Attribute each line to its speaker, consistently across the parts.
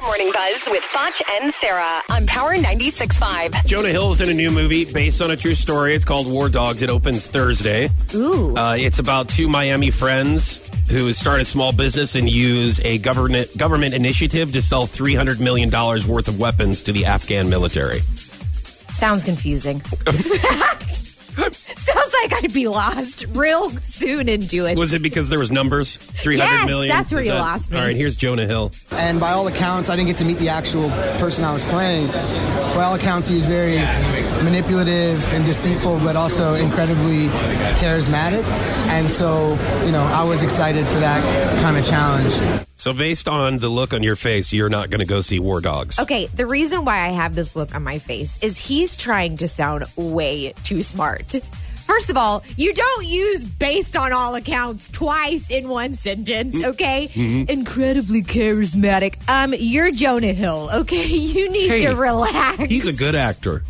Speaker 1: Morning Buzz with Foch and Sarah on Power 96.5.
Speaker 2: Jonah Hill's in a new movie based on a true story. It's called War Dogs. It opens Thursday.
Speaker 3: Ooh.
Speaker 2: Uh, it's about two Miami friends who start a small business and use a government government initiative to sell three hundred million dollars worth of weapons to the Afghan military.
Speaker 3: Sounds confusing. Sounds like I'd be lost real soon into it.
Speaker 2: Was it because there was numbers? Three hundred
Speaker 3: Yes,
Speaker 2: million.
Speaker 3: that's where
Speaker 2: Is
Speaker 3: you lost me.
Speaker 2: All right, here's Jonah Hill.
Speaker 4: And by all accounts, I didn't get to meet the actual person I was playing. By all accounts, he was very manipulative and deceitful, but also incredibly charismatic. And so, you know, I was excited for that kind of challenge.
Speaker 2: So based on the look on your face, you're not going to go see War Dogs.
Speaker 3: Okay, the reason why I have this look on my face is he's trying to sound way too smart. First of all, you don't use based on all accounts twice in one sentence,
Speaker 2: Mm-hmm.
Speaker 3: okay? Incredibly charismatic. Um, you're Jonah Hill, okay? You need
Speaker 2: Hey,
Speaker 3: to relax.
Speaker 2: He's a good actor.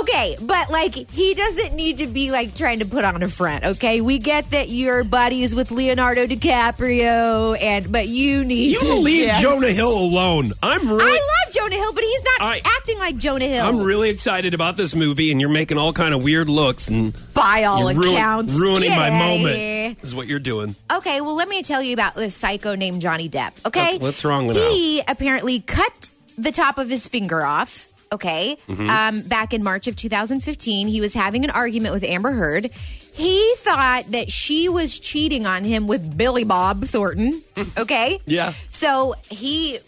Speaker 3: Okay, but like he doesn't need to be like trying to put on a front, okay? We get that your buddy is with Leonardo DiCaprio and but you need
Speaker 2: You
Speaker 3: to
Speaker 2: leave
Speaker 3: just-
Speaker 2: Jonah Hill alone. I'm
Speaker 3: I
Speaker 2: really
Speaker 3: love Jonah Hill, but he's not
Speaker 2: I-
Speaker 3: acting like Jonah Hill.
Speaker 2: I'm really excited about this movie, and you're making all kind of weird looks and
Speaker 3: by all
Speaker 2: you're ruin-
Speaker 3: accounts.
Speaker 2: ruining
Speaker 3: Get
Speaker 2: my
Speaker 3: outta
Speaker 2: moment.
Speaker 3: here.
Speaker 2: Is what you're doing.
Speaker 3: Okay, well, let me tell you about this psycho named Johnny Depp. Okay,
Speaker 2: Okay, what's wrong with
Speaker 3: He apparently cut the top of his finger off. Okay,
Speaker 2: Mm-hmm.
Speaker 3: um, back in March of 2015, he was having an argument with Amber Heard. He thought that she was cheating on him with Billy Bob Thornton. Okay,
Speaker 2: Yeah.
Speaker 3: So he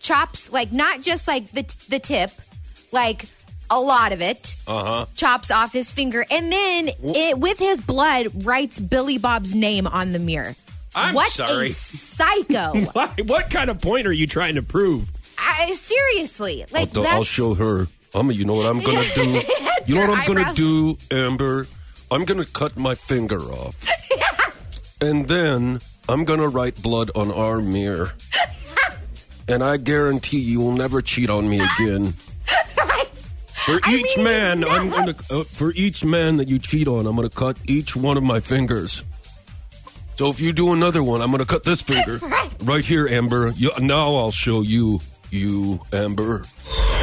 Speaker 3: chops like not just like the the tip, like a lot of it. Uh-huh. Chops off his finger and then it with his blood writes Billy Bob's name on the mirror.
Speaker 2: I'm
Speaker 3: what
Speaker 2: sorry.
Speaker 3: a psycho!
Speaker 2: Why, what kind of point are you trying to prove?
Speaker 3: I, seriously, like
Speaker 2: I'll,
Speaker 3: that's-
Speaker 2: show her. I'm. You know what I'm gonna do? you know
Speaker 3: Your
Speaker 2: what I'm gonna
Speaker 3: eyebrows.
Speaker 2: do, Amber? I'm gonna cut my finger off, and then I'm gonna write blood on our mirror. and I guarantee you will never cheat on me again.
Speaker 3: Right?
Speaker 2: For
Speaker 3: I
Speaker 2: each
Speaker 3: mean,
Speaker 2: man,
Speaker 3: he's
Speaker 2: I'm gonna.
Speaker 3: nuts.
Speaker 2: Uh, for each man that you cheat on, I'm gonna cut each one of my fingers. So if you do another one, I'm gonna cut this finger
Speaker 3: Right.
Speaker 2: here, Amber. You, now I'll show you, you Amber.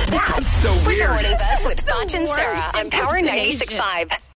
Speaker 1: That's so weird. Morning Buzz with Foch and Sarah on Power
Speaker 3: impersonation.
Speaker 1: 96.5.